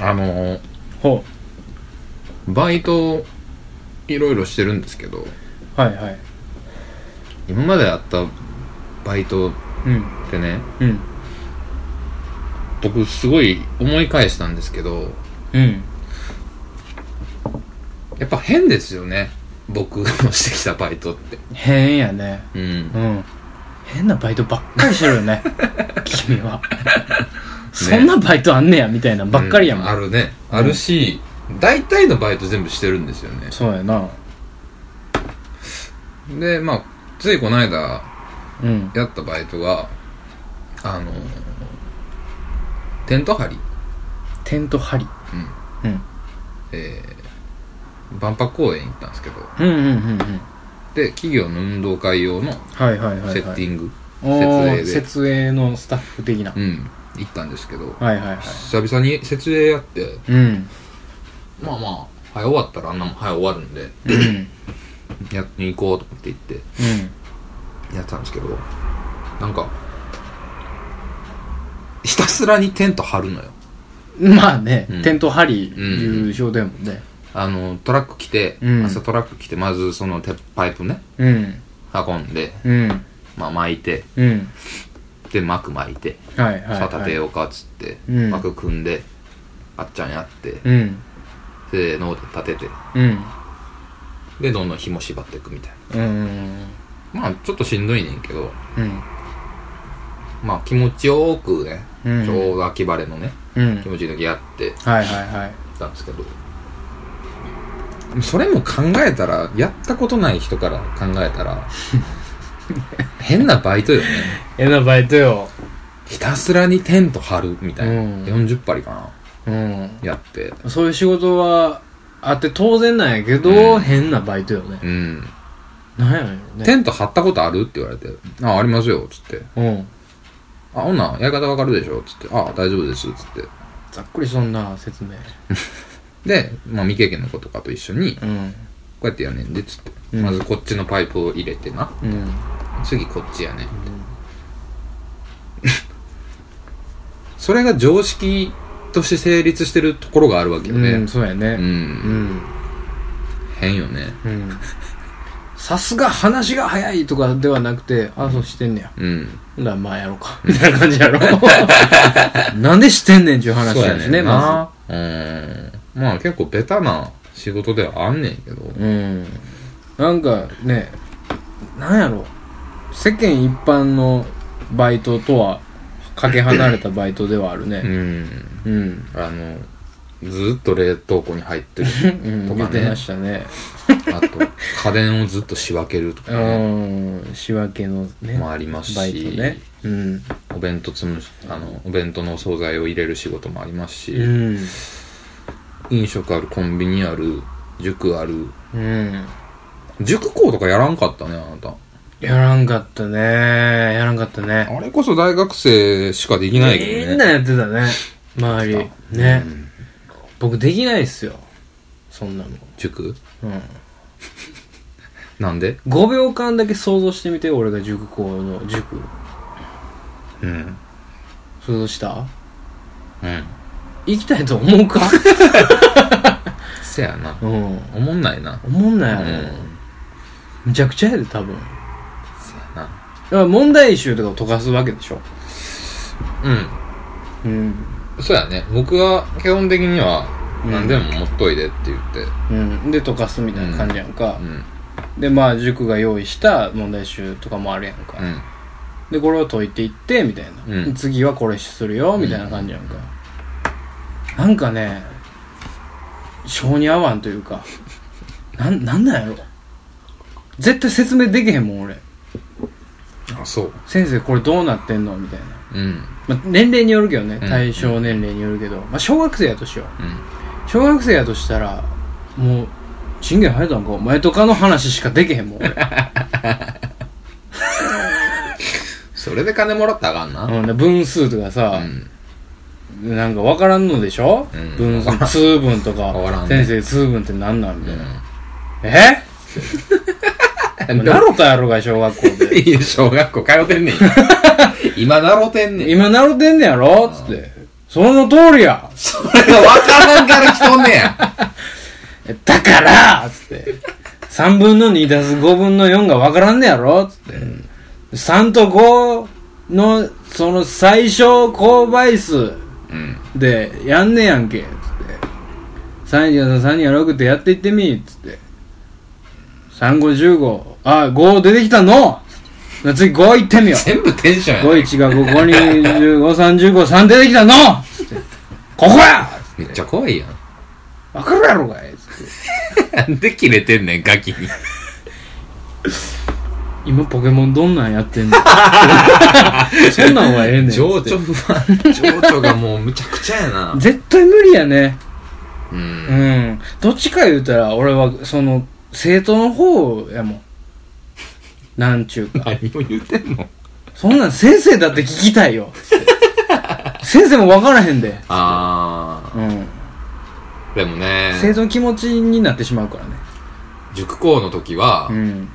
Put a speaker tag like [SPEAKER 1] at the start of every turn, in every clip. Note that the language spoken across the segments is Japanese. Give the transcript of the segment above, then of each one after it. [SPEAKER 1] あの
[SPEAKER 2] ほ
[SPEAKER 1] バイトいろいろしてるんですけど
[SPEAKER 2] うはいはい
[SPEAKER 1] 今までやったバイトっ
[SPEAKER 2] うん
[SPEAKER 1] てね
[SPEAKER 2] うん
[SPEAKER 1] 僕すごい思い返したんですけど
[SPEAKER 2] うん
[SPEAKER 1] やっぱ変ですよね僕のしてきたバイトって
[SPEAKER 2] 変やね
[SPEAKER 1] うん
[SPEAKER 2] うん変なバイトばっかりしてるよ ね君はそんなバイトあんねやみたいなばっかりやもん、
[SPEAKER 1] うあるねあるし、大体のバイト全部してるんですよね
[SPEAKER 2] そうやな
[SPEAKER 1] でまあついこの間
[SPEAKER 2] うん
[SPEAKER 1] やったバイトがあのテント張り、
[SPEAKER 2] テント張りうん
[SPEAKER 1] えー万博公園行ったんですけど
[SPEAKER 2] うんうんうんうん
[SPEAKER 1] で企業の運動会用の
[SPEAKER 2] はいはいはい、はい、
[SPEAKER 1] セッティング、
[SPEAKER 2] おー
[SPEAKER 1] 設営で
[SPEAKER 2] 設営のスタッフ的な、
[SPEAKER 1] うん行ったんですけど、
[SPEAKER 2] はいはいはい
[SPEAKER 1] 久々に設営やって
[SPEAKER 2] うん
[SPEAKER 1] まあまあ早終わったらあんなもん早終わるんで
[SPEAKER 2] うんうん
[SPEAKER 1] やっに行こうと思って行ってやってたんですけどなんかひたすらにテント張るのよ
[SPEAKER 2] まあね、
[SPEAKER 1] うん
[SPEAKER 2] テント張り優勝だもんね
[SPEAKER 1] あのトラック来て、
[SPEAKER 2] うん
[SPEAKER 1] 朝トラック来てまずその鉄パイプね
[SPEAKER 2] うん
[SPEAKER 1] 運んで、
[SPEAKER 2] うん
[SPEAKER 1] まあ、巻いて
[SPEAKER 2] うん
[SPEAKER 1] で幕巻いて
[SPEAKER 2] はいはい、はい、
[SPEAKER 1] さあ立てようかっつって、
[SPEAKER 2] うん
[SPEAKER 1] 幕組んであっちゃんやって、
[SPEAKER 2] うん
[SPEAKER 1] せーので立てて
[SPEAKER 2] うん
[SPEAKER 1] でどんどん紐縛っていくみたい
[SPEAKER 2] うん
[SPEAKER 1] なまあちょっとしんどいねんけど
[SPEAKER 2] うん
[SPEAKER 1] まあ気持ちよくね、
[SPEAKER 2] うん
[SPEAKER 1] ちょうど秋晴れのね
[SPEAKER 2] うん
[SPEAKER 1] 気持ちいい時やって
[SPEAKER 2] はいはいはい
[SPEAKER 1] たんですけどそれも考えたらやったことない人から考えた ら変なバイトよね
[SPEAKER 2] えなバイトよ
[SPEAKER 1] ひたすらにテント張るみたいな、
[SPEAKER 2] うん
[SPEAKER 1] 40張りかな
[SPEAKER 2] うん
[SPEAKER 1] やって
[SPEAKER 2] そういう仕事はあって当然なんやけど、
[SPEAKER 1] うん
[SPEAKER 2] 変なバイトよね
[SPEAKER 1] うん、
[SPEAKER 2] なんやねんね
[SPEAKER 1] テント張ったことあるって言われて「あありますよ」っつって
[SPEAKER 2] うん
[SPEAKER 1] 「あ女やり方わかるでしょ」っつって「あ大丈夫です」っつって
[SPEAKER 2] ざっくりそんな説明
[SPEAKER 1] で、まあ、未経験の子とかと一緒に「
[SPEAKER 2] うん
[SPEAKER 1] こうやってやんねんで」っつって、
[SPEAKER 2] うん
[SPEAKER 1] まずこっちのパイプを入れてな
[SPEAKER 2] うん
[SPEAKER 1] 次こっちやねん それが常識として成立してるところがあるわけよ
[SPEAKER 2] うん
[SPEAKER 1] ね
[SPEAKER 2] そうや
[SPEAKER 1] うん、
[SPEAKER 2] ねうん
[SPEAKER 1] 変よね
[SPEAKER 2] うんさすが話が早いとかではなくてあそうしてんねや
[SPEAKER 1] うん
[SPEAKER 2] ほんだらまあやろうかみたいな感じやろなんでしてんねんちゅう話
[SPEAKER 1] そう
[SPEAKER 2] や
[SPEAKER 1] や
[SPEAKER 2] し
[SPEAKER 1] ね
[SPEAKER 2] ね
[SPEAKER 1] んな
[SPEAKER 2] ま
[SPEAKER 1] うんまあ結構ベタな仕事ではあんねんけど
[SPEAKER 2] ずうんなんかねなんやろ世間一般のバイトとはかけ離れたバイトではある
[SPEAKER 1] う
[SPEAKER 2] ね
[SPEAKER 1] ん
[SPEAKER 2] うん
[SPEAKER 1] あの、ずっと冷凍庫に入ってる
[SPEAKER 2] うん
[SPEAKER 1] と
[SPEAKER 2] 言
[SPEAKER 1] か
[SPEAKER 2] ってま
[SPEAKER 1] ね。
[SPEAKER 2] したね
[SPEAKER 1] あと、家電をずっと仕分けるとか
[SPEAKER 2] う
[SPEAKER 1] ね。
[SPEAKER 2] ん仕分けのね
[SPEAKER 1] もあります
[SPEAKER 2] バイト
[SPEAKER 1] し、
[SPEAKER 2] ねうん
[SPEAKER 1] お弁当つむし、あの、お弁当のお惣菜を入れる仕事もありますし、
[SPEAKER 2] うん
[SPEAKER 1] 飲食ある、コンビニある、塾ある。
[SPEAKER 2] うん
[SPEAKER 1] 塾校とかやらんかったね、あなた。
[SPEAKER 2] やらんかったねやらんかったね
[SPEAKER 1] あれこそ大学生しかできないけどね。
[SPEAKER 2] みんなやってたね周りね、
[SPEAKER 1] うん
[SPEAKER 2] 僕できないっすよそんなの
[SPEAKER 1] 塾
[SPEAKER 2] うん
[SPEAKER 1] なんで
[SPEAKER 2] 5秒間だけ想像してみて俺が塾校の塾
[SPEAKER 1] うん。
[SPEAKER 2] 想像した
[SPEAKER 1] うん。
[SPEAKER 2] 行きたいと思うか
[SPEAKER 1] せやな。
[SPEAKER 2] うん
[SPEAKER 1] おもんないな。
[SPEAKER 2] 思んな
[SPEAKER 1] う
[SPEAKER 2] い
[SPEAKER 1] ん。
[SPEAKER 2] あ
[SPEAKER 1] せ
[SPEAKER 2] れ
[SPEAKER 1] や
[SPEAKER 2] むちゃくちゃやで多分だか
[SPEAKER 1] な。
[SPEAKER 2] ら問題集とかを解かすわけでしょ
[SPEAKER 1] うん。
[SPEAKER 2] うん
[SPEAKER 1] そうやね僕は基本的には
[SPEAKER 2] うん
[SPEAKER 1] 何でも持っといでって言って
[SPEAKER 2] うん、で解かすみたいな感じやんか
[SPEAKER 1] う、ん
[SPEAKER 2] でまあ塾が用意した問題集とかもあるやんか、
[SPEAKER 1] うん
[SPEAKER 2] でこれを解いていってみたいな、
[SPEAKER 1] うん
[SPEAKER 2] 次はこれするよみたいな感じやんか、なんかね性に合わんというか なんなんなんやろ絶対説明できへんもん俺
[SPEAKER 1] あそう
[SPEAKER 2] 先生これどうなってんのみたいな、
[SPEAKER 1] うん
[SPEAKER 2] まあ、年齢によるけどね
[SPEAKER 1] うん
[SPEAKER 2] 対象年齢によるけど、まあ、小学生やとしよう
[SPEAKER 1] う
[SPEAKER 2] 小学生やとしたらもう信玄生えたんかお前とかの話しかできへん もん俺、
[SPEAKER 1] んそれで金もらったらあかんな
[SPEAKER 2] うん、で分数とかさ、
[SPEAKER 1] うん
[SPEAKER 2] なんか分からんのでしょ、
[SPEAKER 1] うんわ
[SPEAKER 2] 分
[SPEAKER 1] からん
[SPEAKER 2] 数通分とか
[SPEAKER 1] わからんね
[SPEAKER 2] 先生通分って何なん
[SPEAKER 1] う
[SPEAKER 2] みたいな、
[SPEAKER 1] ん
[SPEAKER 2] えお前なろたやろが小学校 で
[SPEAKER 1] いい 小学校通ってんねん今なろてんねん
[SPEAKER 2] 今なろてんねやろつってその通りや
[SPEAKER 1] それが分からんから来とんねや。
[SPEAKER 2] えだからつって。3分の2足す5分の4が分からんねやろつって。3と5の、その最小公倍数
[SPEAKER 1] うん。
[SPEAKER 2] でやんねやんけ。つって。3、3、3、6ってやっていってみつって。3、5、15。あ、5出てきたの次5行ってみよう。
[SPEAKER 1] 全部テンションや
[SPEAKER 2] 5、
[SPEAKER 1] ね。
[SPEAKER 2] 1が5、5、2、15、3、15、3出てきたのつってここや
[SPEAKER 1] めっちゃ怖いやん。
[SPEAKER 2] 分かるやろかいつって。
[SPEAKER 1] なんで切れてんねん、ガキに。
[SPEAKER 2] 今ポケモンどんなんやってんの そんなんはええねん
[SPEAKER 1] 情緒不安。情緒がもうむちゃくちゃやな。
[SPEAKER 2] 絶対無理やね
[SPEAKER 1] う。
[SPEAKER 2] うんんどっちか言うたら俺はその生徒の方やもんなんちゅうか
[SPEAKER 1] 何を言うてんの
[SPEAKER 2] そんなん先生だって聞きたい よ先生も分からへんで
[SPEAKER 1] あ
[SPEAKER 2] うん
[SPEAKER 1] ー。でもね、
[SPEAKER 2] 生徒の気持ちになってしまうからね
[SPEAKER 1] 塾校の時は
[SPEAKER 2] う、ん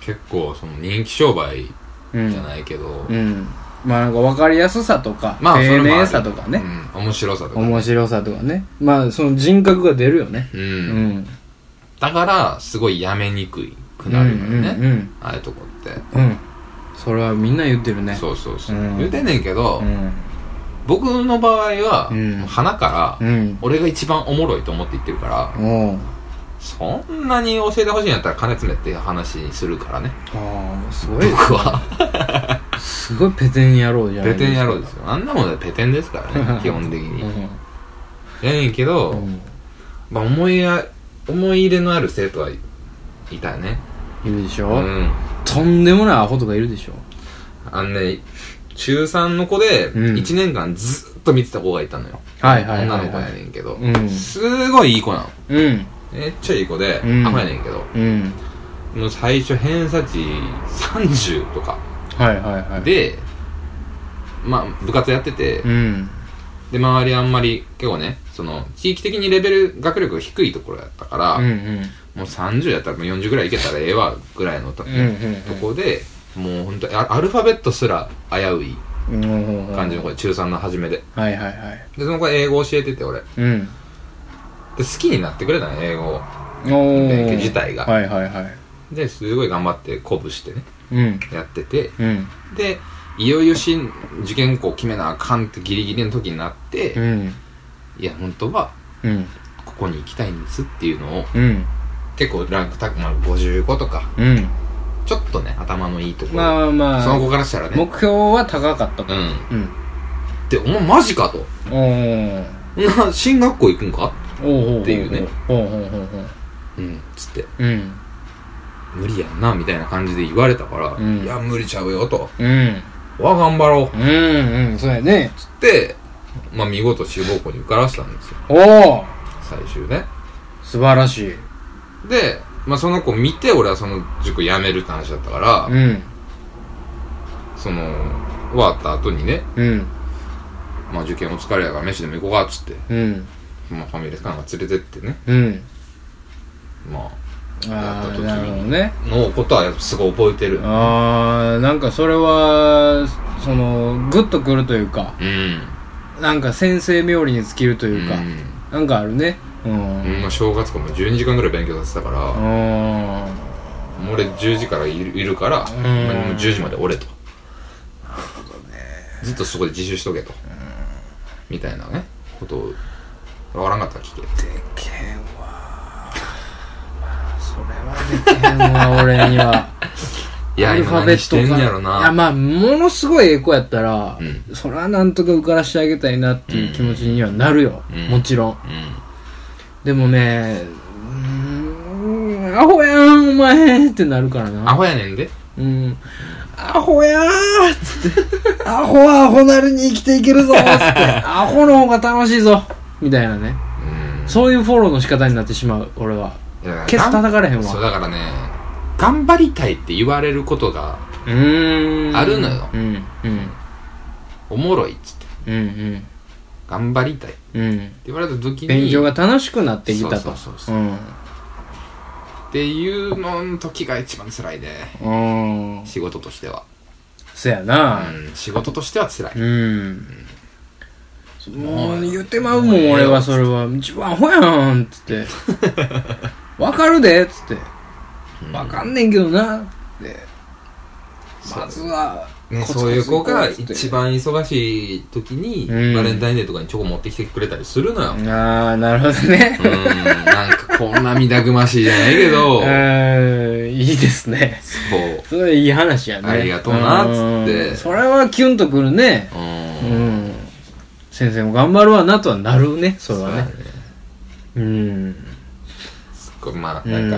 [SPEAKER 1] 結構その人気商売
[SPEAKER 2] うん
[SPEAKER 1] じゃないけど
[SPEAKER 2] う、んまあなんか分かりやすさとか、
[SPEAKER 1] まあ、それ
[SPEAKER 2] 丁
[SPEAKER 1] もあ
[SPEAKER 2] 寧
[SPEAKER 1] る
[SPEAKER 2] さとかね、。
[SPEAKER 1] うん面白さとか。
[SPEAKER 2] 面白さとかねまあその人格が出るよね
[SPEAKER 1] う。
[SPEAKER 2] うんん
[SPEAKER 1] だから、すごいやめにくいくなるのよ
[SPEAKER 2] うんうんう
[SPEAKER 1] ね
[SPEAKER 2] ん。
[SPEAKER 1] ああいうとこって。
[SPEAKER 2] うんそれはみんな言ってるね
[SPEAKER 1] そうそうそう
[SPEAKER 2] うん。
[SPEAKER 1] 言うてんねんけど
[SPEAKER 2] う、ん
[SPEAKER 1] 僕の場合は、
[SPEAKER 2] うん
[SPEAKER 1] もう鼻か
[SPEAKER 2] う
[SPEAKER 1] ら、
[SPEAKER 2] ん
[SPEAKER 1] 俺が一番おもろいと思って言ってるから、
[SPEAKER 2] おう
[SPEAKER 1] そんなに教えてほしいんやったら金詰めって話にするからね。
[SPEAKER 2] ああすごい
[SPEAKER 1] 僕 は。
[SPEAKER 2] すごいペテン野郎じゃない
[SPEAKER 1] ペテン野郎ですすよ。あんなもんだペテンですからね、基本的
[SPEAKER 2] か
[SPEAKER 1] に。やねんけど、
[SPEAKER 2] うんうん
[SPEAKER 1] まあ思いや、思い入れのある生徒はいたよね。
[SPEAKER 2] いるでし
[SPEAKER 1] う
[SPEAKER 2] ょ、
[SPEAKER 1] ん。
[SPEAKER 2] とんでもないアホとかいるでしょ
[SPEAKER 1] あのね、中3の子で、
[SPEAKER 2] うん
[SPEAKER 1] 1年間ずっと見てた子がいたのよ。
[SPEAKER 2] はいはいは
[SPEAKER 1] 女
[SPEAKER 2] い
[SPEAKER 1] の子
[SPEAKER 2] は
[SPEAKER 1] や
[SPEAKER 2] い
[SPEAKER 1] ねんけど。
[SPEAKER 2] うん
[SPEAKER 1] すごいいい子なの。
[SPEAKER 2] うん
[SPEAKER 1] めっちゃいい子で、
[SPEAKER 2] うん
[SPEAKER 1] アホやねんけど。
[SPEAKER 2] うん
[SPEAKER 1] もう最初偏差値30とか。
[SPEAKER 2] はいはいはい
[SPEAKER 1] で、まあ部活やってて、
[SPEAKER 2] うん
[SPEAKER 1] で周りあんまり結構ねその地域的にレベル学力が低いところやったから、
[SPEAKER 2] うんう
[SPEAKER 1] も
[SPEAKER 2] ん
[SPEAKER 1] う30やったらもう40ぐらいいけたらええわぐらいのと,、
[SPEAKER 2] うんうんうん
[SPEAKER 1] とこでもうほんとアアルファベットすら危うい
[SPEAKER 2] うん
[SPEAKER 1] 感じの子で中3の初めで
[SPEAKER 2] はいはいはい
[SPEAKER 1] でその子英語教えてて俺で
[SPEAKER 2] うん
[SPEAKER 1] 好きになってくれたの英語を
[SPEAKER 2] おー
[SPEAKER 1] 勉強自体が
[SPEAKER 2] はいはいはい
[SPEAKER 1] ですごい頑張って鼓舞してね
[SPEAKER 2] うん
[SPEAKER 1] やってて
[SPEAKER 2] うん
[SPEAKER 1] でいよいよ新受験校決めなあかんってギリギリの時になって、
[SPEAKER 2] うん
[SPEAKER 1] いや本当は
[SPEAKER 2] うん
[SPEAKER 1] ここに行きたいんですっていうのを
[SPEAKER 2] うん
[SPEAKER 1] 結構ランク高く、まあ、55とか
[SPEAKER 2] うん
[SPEAKER 1] ちょっとね、頭のいいところ。
[SPEAKER 2] まあまあ
[SPEAKER 1] その子からしたらね。
[SPEAKER 2] 目標は高かったか
[SPEAKER 1] う
[SPEAKER 2] ら
[SPEAKER 1] ん。
[SPEAKER 2] うん
[SPEAKER 1] で、お前マジかと。
[SPEAKER 2] おー
[SPEAKER 1] そんな、進学校行くんか
[SPEAKER 2] おうおお
[SPEAKER 1] っていうね
[SPEAKER 2] おうおうおうおう
[SPEAKER 1] うん。つって、
[SPEAKER 2] うん
[SPEAKER 1] 無理やんな、みたいな感じで言われたから、
[SPEAKER 2] ん
[SPEAKER 1] いや、無理ちゃうよと。
[SPEAKER 2] うん
[SPEAKER 1] わ、頑張ろう。
[SPEAKER 2] うんうんそうやね
[SPEAKER 1] つって、まあ、見事志望校に受からせたんですよ。
[SPEAKER 2] おお
[SPEAKER 1] 最終ね。
[SPEAKER 2] 素晴らしい
[SPEAKER 1] で、まあ、その子見て、俺はその塾辞めるって話だったから、
[SPEAKER 2] うん
[SPEAKER 1] その、終わった後にね、
[SPEAKER 2] うん
[SPEAKER 1] まあ、受験お疲れやから飯でも行こうか、つって、
[SPEAKER 2] うん
[SPEAKER 1] まあ、ファミレスかなんか連れてってね、
[SPEAKER 2] うん
[SPEAKER 1] まやった
[SPEAKER 2] あ
[SPEAKER 1] 時
[SPEAKER 2] あ
[SPEAKER 1] に
[SPEAKER 2] なるほどね
[SPEAKER 1] あ、のことはすごい覚えてる。
[SPEAKER 2] ああなんかそれはそのグッとくるというか
[SPEAKER 1] うん。
[SPEAKER 2] なんか先生冥利に尽きるというか、なんかあるねうん
[SPEAKER 1] うん、まあ、正月かも12時間ぐらい勉強させたから、
[SPEAKER 2] あ
[SPEAKER 1] もう俺10時からいるいるから、
[SPEAKER 2] ん
[SPEAKER 1] まあもう10時まで俺とずっとそこで自習しとけと、みたいなねことを分からんかったら聞けって
[SPEAKER 2] でけんわそれはでけんわ俺 にはい
[SPEAKER 1] や今何してんねやろ
[SPEAKER 2] いや
[SPEAKER 1] な
[SPEAKER 2] まあものすごいええ子やったら、
[SPEAKER 1] うん
[SPEAKER 2] それはなんとか受からしてあげたいなっていう気持ちにはなるよ、
[SPEAKER 1] うん
[SPEAKER 2] もちろん
[SPEAKER 1] う
[SPEAKER 2] でもねうーんアホやんお前ってなるから
[SPEAKER 1] んア
[SPEAKER 2] な
[SPEAKER 1] ホやねんで
[SPEAKER 2] うんアホやーっつってアホはアホなりに生きていけるぞっつって アホの方が楽しいぞみたいなね
[SPEAKER 1] うん
[SPEAKER 2] そういうフォローの仕方になってしまう俺はい
[SPEAKER 1] や
[SPEAKER 2] ケツ叩かれへん
[SPEAKER 1] がん
[SPEAKER 2] わ
[SPEAKER 1] そうだからね頑張りたいって言われることが
[SPEAKER 2] うーん
[SPEAKER 1] あるのよ
[SPEAKER 2] うんうん
[SPEAKER 1] おもろいっつって
[SPEAKER 2] うん
[SPEAKER 1] 頑張りたいって
[SPEAKER 2] うんうん
[SPEAKER 1] 言われた時に
[SPEAKER 2] 勉強が楽しくなってきたと
[SPEAKER 1] そうそうそう
[SPEAKER 2] う
[SPEAKER 1] そうんっていうのの時が一番辛いね
[SPEAKER 2] うん
[SPEAKER 1] 仕事としては
[SPEAKER 2] そやな
[SPEAKER 1] うん仕事としては辛い
[SPEAKER 2] うん、もう言ってまうもん俺はそれは一番アホやんっつって 「わかるで」っつって「わかんねんけどな」ってまずは
[SPEAKER 1] ね、
[SPEAKER 2] コツコツ
[SPEAKER 1] そういう子が
[SPEAKER 2] コツコツって
[SPEAKER 1] 一番忙しい時に、
[SPEAKER 2] うん
[SPEAKER 1] バレンタインデーとかにチョコ持ってきてくれたりするのよ。うん、
[SPEAKER 2] ああなるほどね
[SPEAKER 1] なんかこんな涙ぐましいじゃないけど、
[SPEAKER 2] うーんいいですね
[SPEAKER 1] そう。
[SPEAKER 2] それいい話やね
[SPEAKER 1] ありがとうなっつって
[SPEAKER 2] うんそれはキュンとくるね
[SPEAKER 1] う。
[SPEAKER 2] うんん先生も頑張るわなとはなるねそれはねうん
[SPEAKER 1] すっごい、まあ、なんか、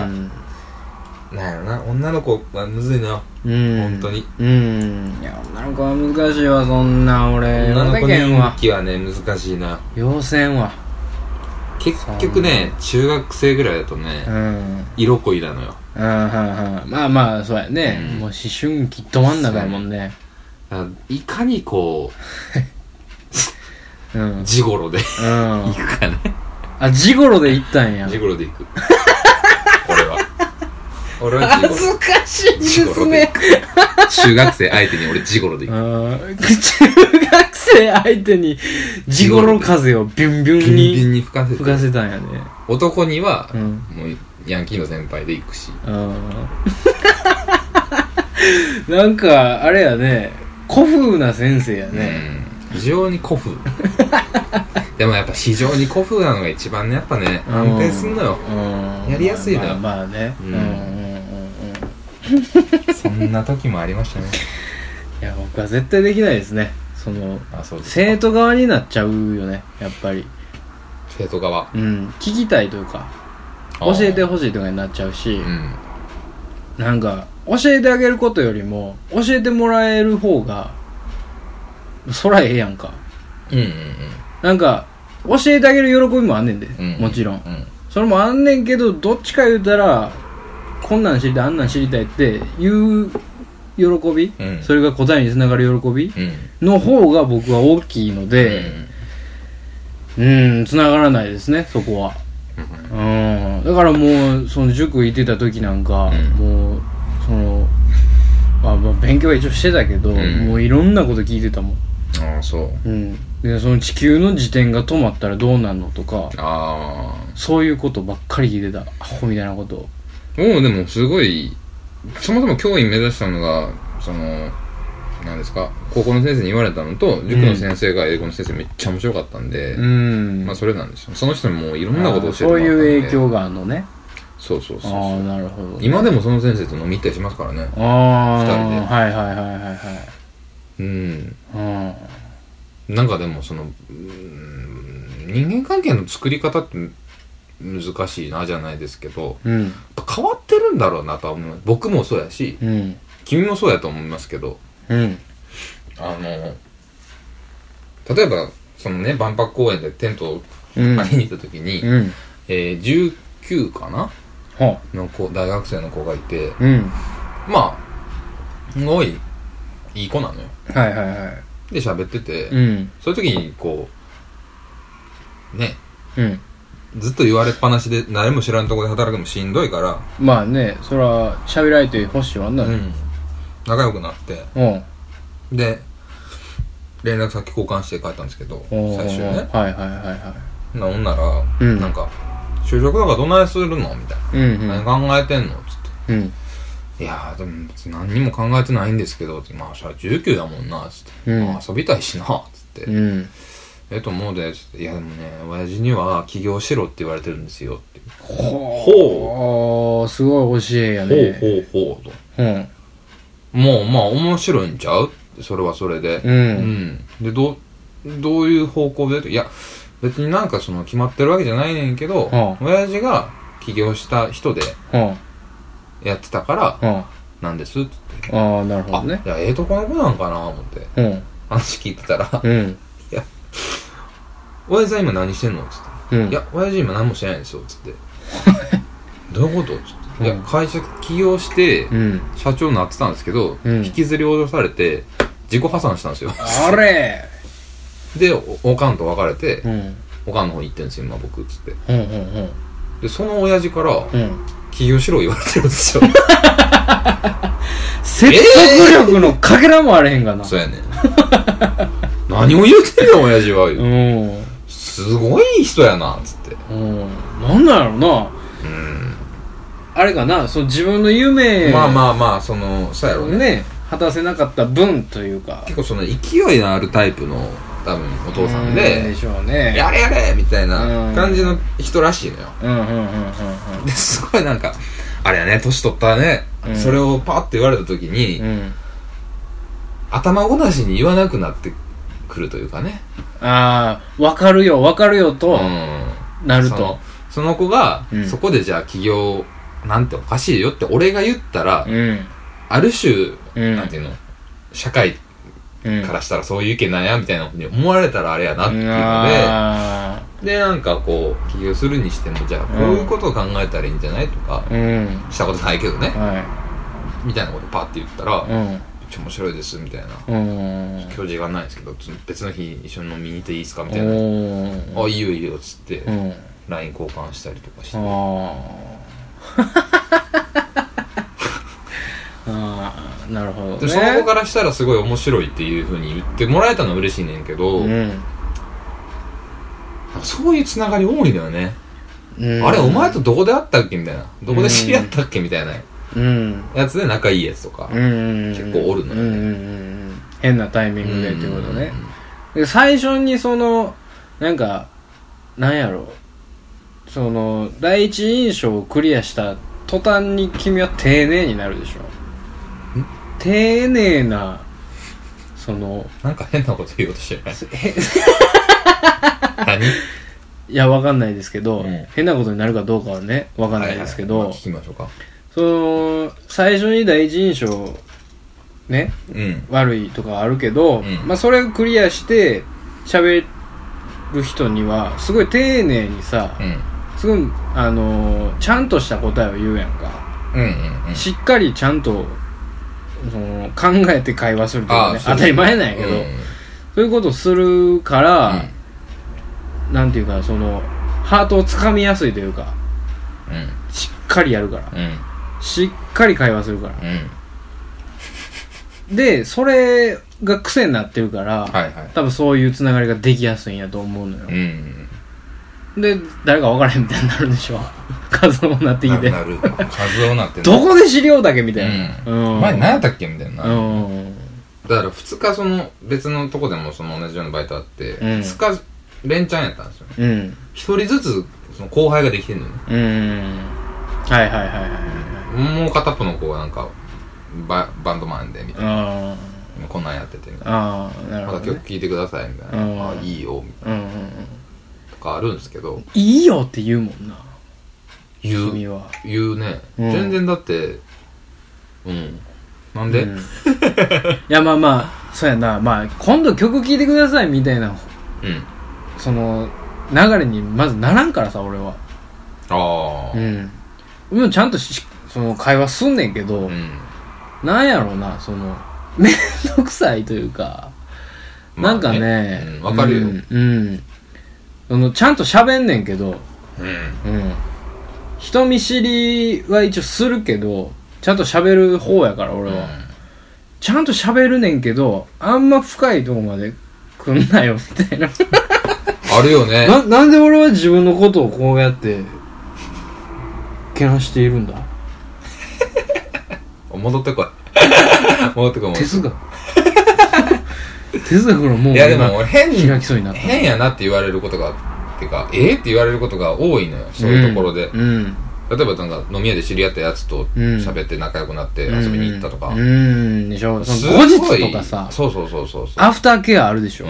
[SPEAKER 1] なんやろな、女の子はむずいのよ。
[SPEAKER 2] うん
[SPEAKER 1] 本当に
[SPEAKER 2] うんいや女の子は難しいわそんな俺
[SPEAKER 1] 女の子
[SPEAKER 2] 岩手県は
[SPEAKER 1] 人気はね、難しいな。
[SPEAKER 2] 要戦は
[SPEAKER 1] 結局ね、中学生ぐらいだと
[SPEAKER 2] う
[SPEAKER 1] ね、
[SPEAKER 2] ん
[SPEAKER 1] 色恋なのよ。
[SPEAKER 2] うんうんうんまあまあそうやね、
[SPEAKER 1] うん
[SPEAKER 2] もう思春期ど真ん中やもんね
[SPEAKER 1] だからいかにこ
[SPEAKER 2] うん、う
[SPEAKER 1] う、
[SPEAKER 2] ん、
[SPEAKER 1] ジゴロで行くかね。
[SPEAKER 2] あジゴロで行ったんや
[SPEAKER 1] ジゴロで行 く。俺は。俺はジゴ
[SPEAKER 2] 恥
[SPEAKER 1] ロ。
[SPEAKER 2] ずかしいですね
[SPEAKER 1] 中学生相手に俺ジゴロで
[SPEAKER 2] う
[SPEAKER 1] 行く。
[SPEAKER 2] ん中学生相手にジゴロ風をビュンビ
[SPEAKER 1] ビ
[SPEAKER 2] ュン
[SPEAKER 1] ンビン
[SPEAKER 2] に
[SPEAKER 1] に吹かせ
[SPEAKER 2] 吹か
[SPEAKER 1] て。
[SPEAKER 2] せたんやね
[SPEAKER 1] 男には
[SPEAKER 2] う、ん
[SPEAKER 1] もう、ヤンキーの先輩で行くし。
[SPEAKER 2] うんなんかあれやね古風な先生やね、
[SPEAKER 1] うん非常に古 風。でもやっぱ非常に古風なのが一番ね、やっぱね、
[SPEAKER 2] うん
[SPEAKER 1] 安定すんのよ。
[SPEAKER 2] うん
[SPEAKER 1] やりやすいのよ
[SPEAKER 2] まあまあね
[SPEAKER 1] う
[SPEAKER 2] うんんうんうんうん
[SPEAKER 1] そんな時もありま したね。
[SPEAKER 2] いや僕は絶対できないですねその
[SPEAKER 1] あ、そうですか。
[SPEAKER 2] 生徒側になっちゃうよねやっぱり
[SPEAKER 1] 生徒側。
[SPEAKER 2] うん聞きたいというか教えてほしいとかになっちゃうし、
[SPEAKER 1] うん。
[SPEAKER 2] なんか教えてあげることよりも教えてもらえる方がそらええやんか
[SPEAKER 1] うんうん
[SPEAKER 2] なんか教えてあげる喜びもあんねんで、
[SPEAKER 1] うん。う
[SPEAKER 2] もちろん
[SPEAKER 1] うん。
[SPEAKER 2] それもあんねんけどどっちか言うたらこんなん知りたいあんなん知りたいっていう喜び、
[SPEAKER 1] うん
[SPEAKER 2] それが答えにつながる喜び
[SPEAKER 1] うん。
[SPEAKER 2] の方が僕は大きいのでうんつながらないですねそこはうんだからもうその塾行ってた時なんか、
[SPEAKER 1] うん
[SPEAKER 2] もうそのまあまあ勉強は一応してたけど、
[SPEAKER 1] ん
[SPEAKER 2] もういろんなこと聞いてたもん、
[SPEAKER 1] ああ、そう。
[SPEAKER 2] うん、でその地球の自転が止まったらどうなんのとか
[SPEAKER 1] ああ。
[SPEAKER 2] そういうことばっかり聞いてたアホみたいなこと
[SPEAKER 1] もうでもすごい、そもそも教員目指したのが、その、なんですか、高校の先生に言われたのと、塾の先生が英語の先生めっちゃ面白かったんで、
[SPEAKER 2] うん
[SPEAKER 1] まあそれなんですよ。その人にもういろんなことを教えても
[SPEAKER 2] あーそう
[SPEAKER 1] らったんで。
[SPEAKER 2] いう影響があるのね
[SPEAKER 1] そうそうそう
[SPEAKER 2] ああ
[SPEAKER 1] そう。
[SPEAKER 2] なるほど
[SPEAKER 1] 今でもその先生と飲み行ったりしますからね。
[SPEAKER 2] ああ
[SPEAKER 1] 二人で
[SPEAKER 2] はいはいはいはいはい
[SPEAKER 1] うん。
[SPEAKER 2] うん
[SPEAKER 1] なんかでもその、うん人間関係の作り方って難しいなじゃないですけど、
[SPEAKER 2] うん
[SPEAKER 1] やっぱ変わってるんだろうなとは思います。僕もそうやし、
[SPEAKER 2] うん
[SPEAKER 1] 君もそうやと思いますけど、
[SPEAKER 2] うん
[SPEAKER 1] あの、例えば、そのね、万博公園でテントを
[SPEAKER 2] うん
[SPEAKER 1] 借りに行った時に、
[SPEAKER 2] うん
[SPEAKER 1] えー19かな
[SPEAKER 2] は
[SPEAKER 1] の子、大学生の子がいて、
[SPEAKER 2] うん
[SPEAKER 1] まあ、すごい、いい子なのよ。
[SPEAKER 2] はいはいはい
[SPEAKER 1] で、喋ってて、
[SPEAKER 2] うん
[SPEAKER 1] そういう時に、こう、ね、
[SPEAKER 2] うん
[SPEAKER 1] ずっと言われっぱなしで、誰も知らんとこで働くのもしんどいから、
[SPEAKER 2] まあねそら喋られてほしいわなうん
[SPEAKER 1] ん仲良くなって、
[SPEAKER 2] うん
[SPEAKER 1] で、連絡先交換して帰ったんですけど、
[SPEAKER 2] おー
[SPEAKER 1] 最終ね。
[SPEAKER 2] はいはいは
[SPEAKER 1] なほんなら、
[SPEAKER 2] うん
[SPEAKER 1] なんか、就職とかどないするのみたい
[SPEAKER 2] いはいうん
[SPEAKER 1] な。何考えてんのつっ
[SPEAKER 2] うん
[SPEAKER 1] て。いやー、でも別に何にも考えてないんですけど、つってまあ、そりゃ19だもんな、つって。
[SPEAKER 2] うん
[SPEAKER 1] まあ遊びたいしな、つって。
[SPEAKER 2] うん
[SPEAKER 1] ええと思うで、つって。いや、でもね、親父には起業しろって言われてるんですよ、って。
[SPEAKER 2] ほうすごい教えやね
[SPEAKER 1] ほうほうほうと。
[SPEAKER 2] うん
[SPEAKER 1] もう、まあ、面白いんちゃうそれはそれで。
[SPEAKER 2] うん
[SPEAKER 1] うんで、どう、どういう方向でいや、別になんかその決まってるわけじゃないねんけど、
[SPEAKER 2] はあ
[SPEAKER 1] 親父が起業した人で
[SPEAKER 2] うん
[SPEAKER 1] やってたから、
[SPEAKER 2] うん
[SPEAKER 1] なんですって
[SPEAKER 2] ああなるほ
[SPEAKER 1] あ、
[SPEAKER 2] どね
[SPEAKER 1] いや、ええとこの子なんかな思って、
[SPEAKER 2] うん
[SPEAKER 1] 話聞いてたら、
[SPEAKER 2] うん
[SPEAKER 1] 親父さん今何してんのつって。
[SPEAKER 2] うん
[SPEAKER 1] いや、親父今何もしてないんですよ、つ って。どういうことつって。いや
[SPEAKER 2] う、ん
[SPEAKER 1] 会社起業して
[SPEAKER 2] う、ん
[SPEAKER 1] 社長になってたんですけど、
[SPEAKER 2] うん
[SPEAKER 1] 引きずり下ろされて、自己破産したんですよ。
[SPEAKER 2] あれ
[SPEAKER 1] で、おおかんと別れて、
[SPEAKER 2] うん
[SPEAKER 1] おかんの方に行ってんですよ、今僕、つって。
[SPEAKER 2] うんうん
[SPEAKER 1] で、その親父から、
[SPEAKER 2] うんうん
[SPEAKER 1] 起業しろ言われてるんです よ。
[SPEAKER 2] 説得力のかけらもあれへんがな
[SPEAKER 1] そうやねん。何何を言うてんねん、親父は。
[SPEAKER 2] うん
[SPEAKER 1] すごい人やな、つって。
[SPEAKER 2] うんなんなんやろなあれかなその自分の夢
[SPEAKER 1] まあまあまあ、その、そうやろうね。
[SPEAKER 2] ね果たせなかった分というか
[SPEAKER 1] 結構その勢いのあるタイプの、多分、お父さん
[SPEAKER 2] うで
[SPEAKER 1] で、
[SPEAKER 2] しょうね
[SPEAKER 1] やれやれみたい
[SPEAKER 2] うん
[SPEAKER 1] な感じの人らしいのよ。
[SPEAKER 2] うんうんうんうんうん
[SPEAKER 1] ですごいなんか、あれやね、年取ったらね、
[SPEAKER 2] うん
[SPEAKER 1] それをパーって言われた時に、
[SPEAKER 2] うん
[SPEAKER 1] 頭ごなしに言わなくなってくるというかね。
[SPEAKER 2] ああ分かるよ分かるよと
[SPEAKER 1] ん。
[SPEAKER 2] なる
[SPEAKER 1] そ
[SPEAKER 2] と
[SPEAKER 1] のその子が、
[SPEAKER 2] うん
[SPEAKER 1] そこでじゃあ起業なんておかしいよって俺が言ったら、
[SPEAKER 2] うん
[SPEAKER 1] ある種、
[SPEAKER 2] うん
[SPEAKER 1] なんていうの社会
[SPEAKER 2] うん
[SPEAKER 1] からしたらそういう意見なんやみたいなふうに思われたらあれやなっていうの
[SPEAKER 2] あ
[SPEAKER 1] で、で、なんかこう、起業するにしても、じゃあこういうことを考えたらいいんじゃないとか
[SPEAKER 2] ー、うん
[SPEAKER 1] したことないけどね、
[SPEAKER 2] は
[SPEAKER 1] みたいなことパッて言ったら、
[SPEAKER 2] い
[SPEAKER 1] めっちゃ面白いです、みたいな。
[SPEAKER 2] うんうん
[SPEAKER 1] 今日時間ないんですけど、つ別の日一緒に飲みに行っていいですかみ
[SPEAKER 2] お
[SPEAKER 1] たいな。
[SPEAKER 2] ー
[SPEAKER 1] あ、いいよいいよ、つって
[SPEAKER 2] う、ん
[SPEAKER 1] LINE 交換したりとかして。
[SPEAKER 2] あーあーなるほどね
[SPEAKER 1] でその子からしたらすごい面白いっていう風に言ってもらえたのは嬉しいねんけど、
[SPEAKER 2] う
[SPEAKER 1] なん
[SPEAKER 2] ん
[SPEAKER 1] かそういうつながり多いのよね、
[SPEAKER 2] うん
[SPEAKER 1] あれお前とどこで会ったっけみたいなどこで知り合ったっけみたいな
[SPEAKER 2] うん
[SPEAKER 1] やつで仲いいやつとか、
[SPEAKER 2] 結
[SPEAKER 1] 結構おるのよね
[SPEAKER 2] 変なタイミングでっていうことねで最初にそのなんかなんやろうその第一印象をクリアした途端に君は丁寧になるでしょ丁寧なその
[SPEAKER 1] なんか変なこと言おうと してない
[SPEAKER 2] へ
[SPEAKER 1] 何
[SPEAKER 2] いやわかんないですけど、
[SPEAKER 1] うん
[SPEAKER 2] 変なことになるかどうかはねわかん
[SPEAKER 1] は
[SPEAKER 2] ない
[SPEAKER 1] い
[SPEAKER 2] ですけ
[SPEAKER 1] は
[SPEAKER 2] ど、
[SPEAKER 1] いまあ聞きましょうか
[SPEAKER 2] その最初に第一印象ね
[SPEAKER 1] うん
[SPEAKER 2] 悪いとかあるけど、
[SPEAKER 1] うん
[SPEAKER 2] まあそれをクリアして喋る人にはすごい丁寧にさ、
[SPEAKER 1] うん
[SPEAKER 2] すごいあのーちゃんとした答えを言うやんか、
[SPEAKER 1] うんうんうん
[SPEAKER 2] しっかりちゃんとその考えて会話するとかね
[SPEAKER 1] そう
[SPEAKER 2] 当たり前なんやけど、
[SPEAKER 1] うん
[SPEAKER 2] そういうことをするから、なんていうかそのハートをつかみやすいというか
[SPEAKER 1] うん
[SPEAKER 2] しっかりやるから
[SPEAKER 1] うん
[SPEAKER 2] しっかり会話するから
[SPEAKER 1] うん
[SPEAKER 2] でそれが癖になってるから、
[SPEAKER 1] はいはい
[SPEAKER 2] 多分そういうつながりができやすいんやと思うのよ
[SPEAKER 1] う、ん
[SPEAKER 2] で誰か分からへんみたいになるでしょ 数もなってき
[SPEAKER 1] な
[SPEAKER 2] て
[SPEAKER 1] な る数をなって
[SPEAKER 2] どこで資料だけみたいな
[SPEAKER 1] うん前何やったっけみたいな、
[SPEAKER 2] うん
[SPEAKER 1] だから2日その別のとこでもその同じようなバイトあって、
[SPEAKER 2] うん
[SPEAKER 1] 2日連チャンやったんですよね
[SPEAKER 2] うん
[SPEAKER 1] 一人ずつその後輩ができてんのね
[SPEAKER 2] うんはいはいはいはいはい
[SPEAKER 1] もう片っぽの子がなんかババンドマンでみたい
[SPEAKER 2] あ
[SPEAKER 1] なこんなんやっててみたいな
[SPEAKER 2] あーなる
[SPEAKER 1] ま
[SPEAKER 2] ほ
[SPEAKER 1] た
[SPEAKER 2] ど、
[SPEAKER 1] 曲
[SPEAKER 2] ね
[SPEAKER 1] 聴いてくださいみたいな、
[SPEAKER 2] うん
[SPEAKER 1] あいいよみたい
[SPEAKER 2] うんうんうん、
[SPEAKER 1] なとかあるんですけど
[SPEAKER 2] いいよって言うもんな
[SPEAKER 1] 言
[SPEAKER 2] 君
[SPEAKER 1] う
[SPEAKER 2] は
[SPEAKER 1] 言うね、
[SPEAKER 2] うん
[SPEAKER 1] 全然だってうんなんで、
[SPEAKER 2] うんいやまあまあそうやなまあ今度曲聴いてくださいみたいな
[SPEAKER 1] うん
[SPEAKER 2] その流れにまずならんからさ俺は
[SPEAKER 1] ああ
[SPEAKER 2] うんでもちゃんとしその会話すんねんけど、
[SPEAKER 1] うん、
[SPEAKER 2] なんやろうなその 面倒くさいというか、
[SPEAKER 1] まあ
[SPEAKER 2] なんかね
[SPEAKER 1] うんわ、かるよ、
[SPEAKER 2] うん、うんそのちゃんと喋んねんけど、
[SPEAKER 1] うん
[SPEAKER 2] うん、人見知りは一応するけどちゃんと喋る方やから俺は、ちゃんと喋るねんけどあんま深いとこまで来んなよみたいな
[SPEAKER 1] あるよね
[SPEAKER 2] ななんで俺は自分のことをこうやってけなしているんだ
[SPEAKER 1] 戻ってこい 戻ってこい戻ってこい
[SPEAKER 2] 哲学 哲学のもう
[SPEAKER 1] い
[SPEAKER 2] い
[SPEAKER 1] やでも俺変に
[SPEAKER 2] 開きそうになった
[SPEAKER 1] 変やなって言われることがっていうかえー、って言われることが多いのよそういうところで、
[SPEAKER 2] うん
[SPEAKER 1] 例えばなんか飲み屋で知り合ったやつと
[SPEAKER 2] うん
[SPEAKER 1] 喋って仲良くなって遊びに行ったとか、
[SPEAKER 2] うんうんでしょ
[SPEAKER 1] す
[SPEAKER 2] そ
[SPEAKER 1] ご
[SPEAKER 2] の後日とかさ
[SPEAKER 1] いそうそうそうそうそう
[SPEAKER 2] アフターケアあるでしょ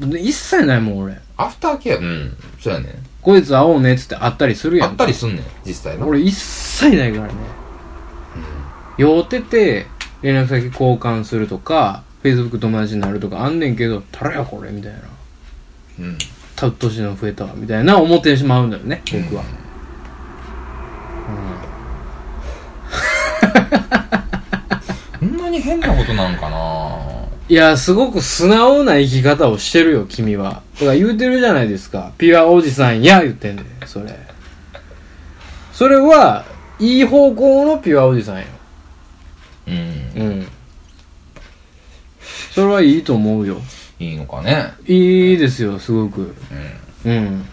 [SPEAKER 1] う、ん
[SPEAKER 2] 一切ないもん俺
[SPEAKER 1] アフターケアうんそうやね
[SPEAKER 2] こいつ会おうねっつって会ったりするや
[SPEAKER 1] あ
[SPEAKER 2] ん
[SPEAKER 1] ったりすんねん実際の
[SPEAKER 2] 俺一切ないからね、酔ってて連絡先交換するとか Facebook 友達になるとかあんねんけど「たらやこれ」みたいな
[SPEAKER 1] うん
[SPEAKER 2] 「たっとしの増えたわ」みたいな思ってしまうんだよね僕は、
[SPEAKER 1] そんなに変なことなんかない
[SPEAKER 2] やすごく素直な生き方をしてるよ君はだから言うてるじゃないですかピュアおじさんや言ってんねんそれそれはいい方向のピュアおじさんよ
[SPEAKER 1] うん
[SPEAKER 2] うんそれはいいと思うよ
[SPEAKER 1] いいのかね。
[SPEAKER 2] いいですよすごく
[SPEAKER 1] うん。
[SPEAKER 2] うん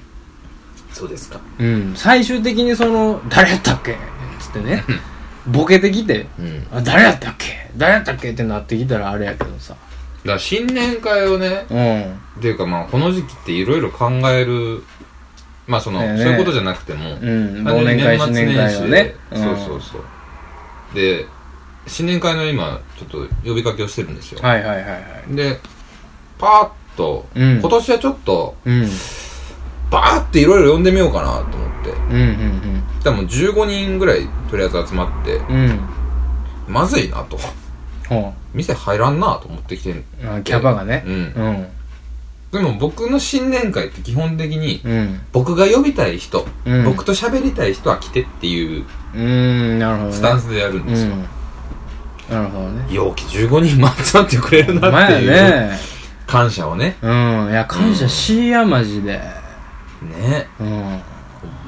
[SPEAKER 1] そうですか。
[SPEAKER 2] うん最終的にその「誰やったっけ?」っつってねボケてきて
[SPEAKER 1] うん。
[SPEAKER 2] 「あ誰やったっけ誰やったっけ?」ってなってきたらあれやけどさ
[SPEAKER 1] だから新年会をね、
[SPEAKER 2] うん
[SPEAKER 1] っていうかまあこの時期っていろいろ考える、まあその、
[SPEAKER 2] ねえねえ
[SPEAKER 1] そういうことじゃなくても、
[SPEAKER 2] うん
[SPEAKER 1] 単
[SPEAKER 2] 忘
[SPEAKER 1] 純
[SPEAKER 2] 年
[SPEAKER 1] に
[SPEAKER 2] 会新年会はね
[SPEAKER 1] そうそうそう。で、新年会の今、ちょっと呼びかけをしてるんですよ
[SPEAKER 2] うん。はいはいはいはい
[SPEAKER 1] で、パーッと、
[SPEAKER 2] うん
[SPEAKER 1] 今年はちょっと、
[SPEAKER 2] うんうん
[SPEAKER 1] バーっていろいろ呼んでみようかなと思って。
[SPEAKER 2] うん
[SPEAKER 1] でも15人ぐらいとりあえず集まって、
[SPEAKER 2] うんうん
[SPEAKER 1] まずいなと。
[SPEAKER 2] ほ
[SPEAKER 1] 店入らんなと思ってきてん。
[SPEAKER 2] うあキャバがね
[SPEAKER 1] うん。
[SPEAKER 2] うん
[SPEAKER 1] でも僕の新年会って基本的に、
[SPEAKER 2] うん
[SPEAKER 1] 僕が呼びたい人、
[SPEAKER 2] うん
[SPEAKER 1] 僕と喋りたい人は来てっていう
[SPEAKER 2] うーんなるほどね
[SPEAKER 1] スタンスでやるん
[SPEAKER 2] う
[SPEAKER 1] ですよ。
[SPEAKER 2] んなるほどね
[SPEAKER 1] 陽気15人も集まってくれるなって
[SPEAKER 2] 前
[SPEAKER 1] いう
[SPEAKER 2] ね
[SPEAKER 1] 感謝をね。
[SPEAKER 2] うんいや感謝しいやマジで
[SPEAKER 1] ね
[SPEAKER 2] うん
[SPEAKER 1] ほん